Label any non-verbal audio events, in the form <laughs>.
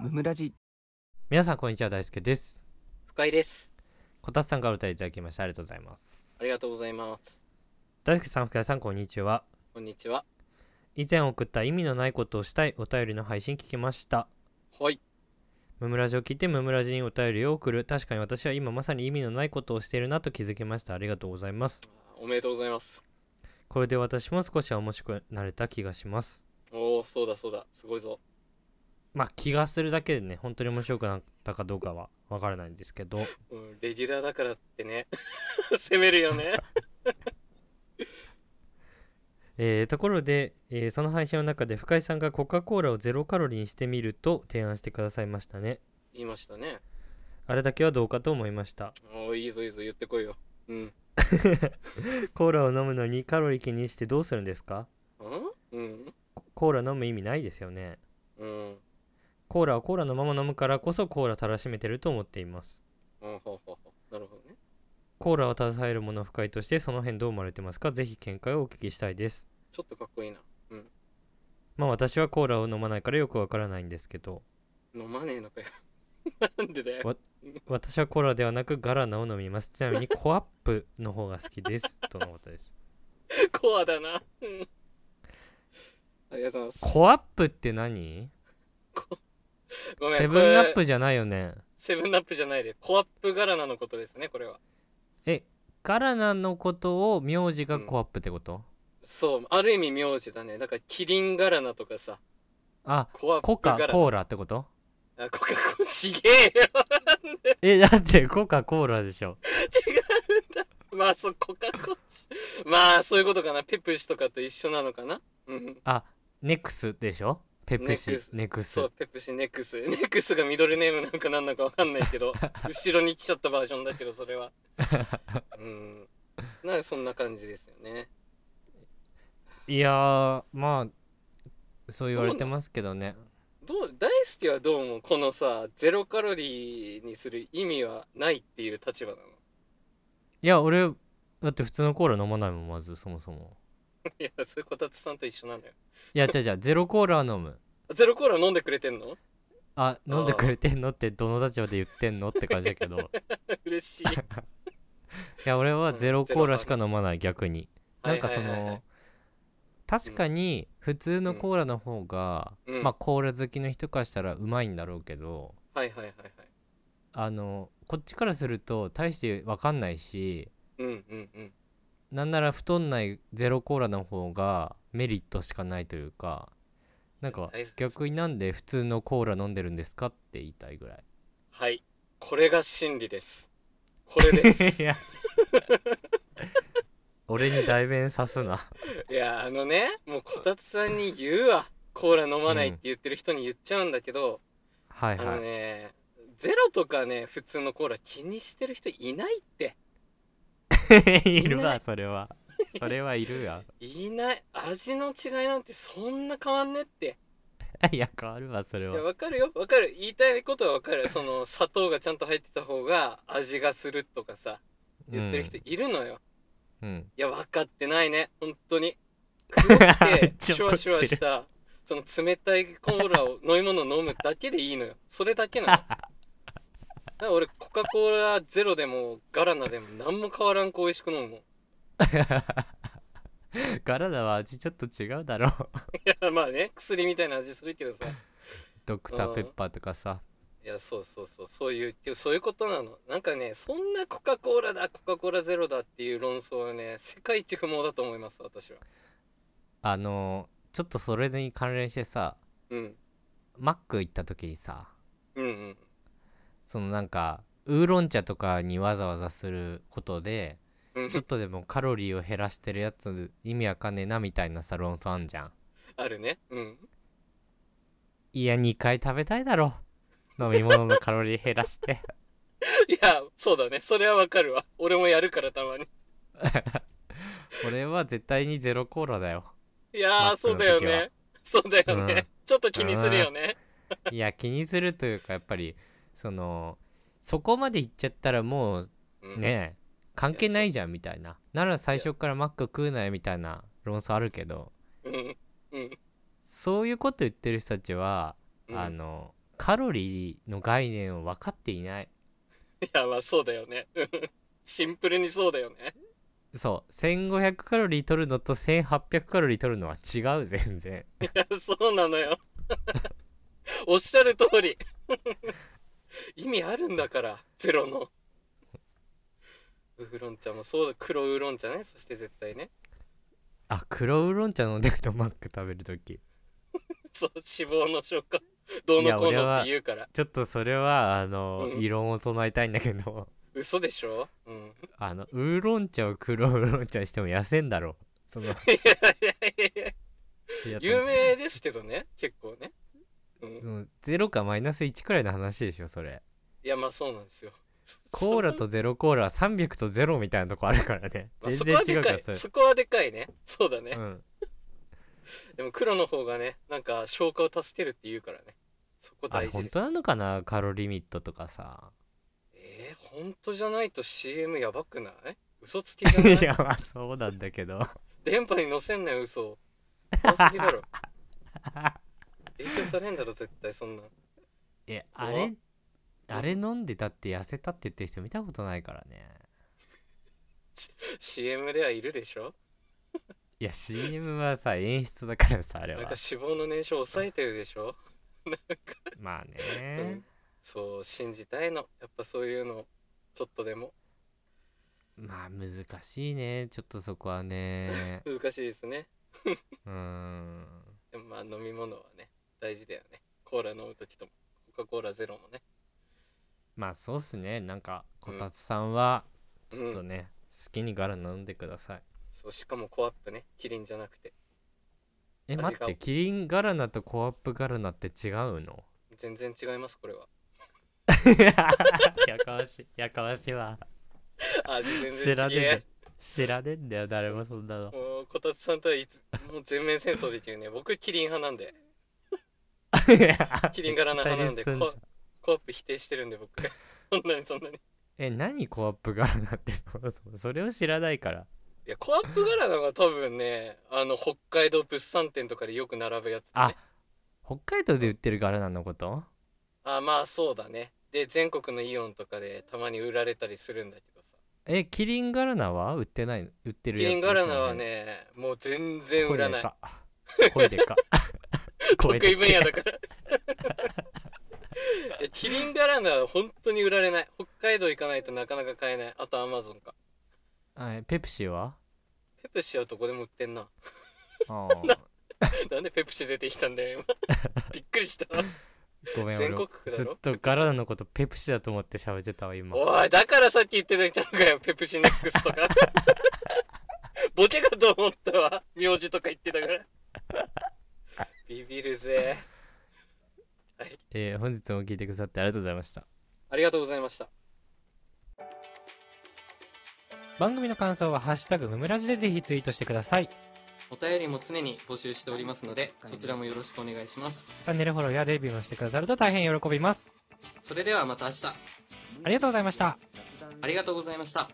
ムムラジ皆さんこんにちは大輔です深井です。こたつさんからお歌いいただきましてありがとうございますありがとうございます。大輔さん深谷さんこんにちはこんにちは。以前送った意味のないことをしたいお便りの配信聞きましたはい。ムムラジを聞いてムムラジにお便りを送る確かに私は今まさに意味のないことをしているなと気づきましたありがとうございますおめでとうございます。これで私も少しは面白くなれた気がしますおお、そうだそうだ。すごいぞ。まあ気がするだけでね本当に面白くなったかどうかはわからないんですけどうん、レギュラーだからってね。 <laughs> 攻めるよね。えーところで、えーその配信の中で深井さんがコカ・コーラをゼロカロリーにしてみると提案してくださいましたね言いましたね。あれだけはどうかと思いましたおお、いいぞいいぞ、言ってこいよ。うん。んコーラを飲むのにカロリー気にしてどうするんですかうん。ココーラ飲む意味ないですよねうん。コーラはコーラのまま飲むからこそコーラたらしめてると思っていますうん、ほうほうほう。なるほどね。コーラを携えるもの不快としてその辺どう思われてますかぜひ見解をお聞きしたいですちょっとかっこいいな。まあ私はコーラを飲まないからよくわからないんですけど飲まねえのかよ。なんでだよ。わ私はコーラではなくガラナを飲みますちなみ <laughs> にコアップの方が好きですとのことですコアだな。うん。ありがとうございます。コアップって何ごめんセブンアッこれプじゃないよねセブンナップじゃないで、コアップ柄なのことですね、これは。えガラナのことを名字がコアップってこと、そう、ある意味名字だね。だから、キリン柄なとかさ、あコアップコカ・柄コーラってこと <laughs> あ、コカ・コーラ、ちげえよえだってコカ・コーラでしょまあ、そう、コカ・コーラ。 <laughs> まあ、そういうことかな。ペプシとかと一緒なのかな。うん。あネクスでしょペプシネクスネクスそう、ペプシ、ネクス。ネクスがミドルネームなんかなんなのかわかんない <laughs> けど、後ろに来ちゃったバージョンだけど、それは。うん。なんかそんな感じですよね。いやーまあそう言われてますけどねどう、大輔はどう思うこのさ、ゼロカロリーにする意味はないっていう立場なの。 <laughs> いや俺だって普通のコーラ飲まないもんまずそもそもいや、そういうこたつさんと一緒なのよ。い <laughs> や違う違うゼロコーラは飲むゼロコーラ飲んでくれてんの <laughs> あ飲んでくれてんのってどの立場で言ってんのって感じだ <laughs> けどい嬉 <laughs> しい。はいや俺はゼロゼロコーラしか飲まない逆になんかはいそはいはいはいの確かに普通のコーラの方が、うんまあコーラ好きの人からしたらうまいんだろうけど、はいはいはいはい。あのこっちからすると大して分かんないしうんうんうん。なんなら太んないゼロコーラの方がメリットしかないというかなんか大切逆になんで普通のコーラ飲んでるんですかって言いたいぐらいはい。これが真理です。これ <laughs> です。いや俺に代弁さすなや、あのね、もうこたつさんに言うわ。コーラ飲まないって言ってる人に言っちゃうんだけど、はいあはのい、ね、ゼロとかね、普通のコーラ気にしてる人いないって。 <laughs> いるわそれはそれはいる <laughs> わいない。味の違いなんてそんな変わんねって。いや変わるわそれいや、わかるよ。わかる。言いたいことはわかる。その、砂糖がちゃんと入ってた方が味がするとかさ、言ってる人いるのよ。うん、いや、分かってないね。本当に。黒くてちシょっとュワシュワした、その冷たいコーラを、飲み物を飲むだけでいいのよ。それだけ <laughs> なの。だから俺、コカ・コーラゼロでも、ガラナでも、何も変わらんく美味しく飲むもん。いガラダは味ちょっと違うだろうや、まあね、薬みたいな味するけどさ。いドクターペッパーとかさや、そうそうそう、そういう、そういうことなの。なんかね、そんなコカ・コーラだ、コカ・コーラゼロだっていう論争はね、世界一不毛だと思います、私は。あのちょっとそれに関連してさうん。マック行った時にさうんうん。そのなんかウーロン茶とかにわざわざすることでうんちょっとでもカロリーを減らしてるやつ意味わかんねえなみたいなさ論争あんじゃんあるね。うん。いや2回食べたいだろ飲み物のカロリー減らしていや、そうだね。それはわかるわ。俺もやるからたまに。 <laughs> 俺は絶対にゼロコーラだよいマやッー、クのそうだよね。そうだよね。うんちょっと気にするよね。いや気にするというかやっぱりそのそこまで行っちゃったらもううん、ねえ関係ないじゃんみたいななら最初からマック食うなよみたいな論争あるけどうん。うん。そういうこと言ってる人たちは、うんあのカロリーの概念を分かっていないいや、まあそうだよね。シンプルにそうだよね。 <laughs> そう1500カロリー取るのと1800カロリー取るのは違う全然いや、そうなのよ。 <laughs> おっしゃる通り。 <laughs> 意味あるんだから、ゼロの。ウーロン茶もそうだ、黒ウーロン茶ね、そして絶対ね。あ黒ウーロン茶飲んでるとマック食べるときそう、脂肪の消化。どうのこういや俺のはって言うから。ちょっとそれはあの、うん異論を唱えたいんだけど <laughs> 嘘でしょうん。あのウーロン茶を黒ウーロン茶にしても痩せんだろそ <laughs> のいやいやいやいやいやその有名ですけどね、結構ね。うんその0かマイナス1くらいの話でしょそれいやまあそうなんですよコーラとゼロコーラは300とゼロみたいなとこあるからねまあ全そこ然は違でうかからいそれそこはでかいねそうだね、うんでも黒の方がねなんか消化を助けるって言うからねそこあれ大事本です当なのかなカロリミットとかさえー、本当じゃないと CM やばくない嘘つきじゃない <laughs> <laughs> いやまあそうなんだけど電波に載せんなよ嘘を怖すぎ <laughs> だろ影響されんだろ絶対そんなんえ怖あっれあれ飲んでたって痩せたって言ってる人見たことないからね CM ではいるでしょいや CM はさ演出だからさあれなんかは <laughs> 脂肪の燃焼抑えてるでしょまあうねんそう信じたいのやっぱそういうのちょっとでもまあ難しいねちょっとそこはね難しいですねうーんでもまあ飲み物はね大事だよねコーラ飲む時ともコカ・コーラゼロもねまあそうっすねなんかうこんたつさんはうちょっとんね、好きにガラ飲んでくださいそうしかもコアップねキリンじゃなくてえ味待っがてキリンガラナとコアップガラナって違うの全然違いますこれはやかわしいやかわしいわ味知全ら然ねえん違だえよ知らねえんだよ誰もそんなのもうこたつさんとはいつもう全面戦争できるね僕キリン派な <laughs> んでキリン柄の花なんで対立すんじゃんこコアップ否定してるんで僕そんなにそんなにい <laughs> え何コアップガラナって <laughs> そもそもそれを知らないからやコアップ柄のが多分ねあの北海道物産展とかでよく並ぶやつ、ね、あ北海道で売ってるガラナのことあまあそうだねで全国のイオンとかでたまに売られたりするんだけどさえキリンガラナは売ってないの売ってるキやつリンガラナはねもう全然売らない声で <laughs> か声得で意か分野だから <laughs> いやキリンガラナは本当に売られない北海道行かないとなかなか買えないあとアマゾンかはいペプシ <laughs> はペプシはどこでも売ってんなああなんでペプシ出てきたんだ <laughs> よ今びっくりしたごめん全俺国区だずっろとガラナのことペプシだと思って喋ってたわ今おいだからさっき言ってたのかよペプシネックスとかボケかと思ったわ名字とか言ってたからビビるぜえー本日も聞いてくださってありがとうございましたありがとうございました番組の感想は「ハッシュタグムムラジ」でぜひツイートしてくださいチお便りも常に募集しておりますのでそちらもよろしくお願いしますャンネルフォローやレビューもしてくださると大変喜びますそれではまた明日ありがとうございましたありがとうございました。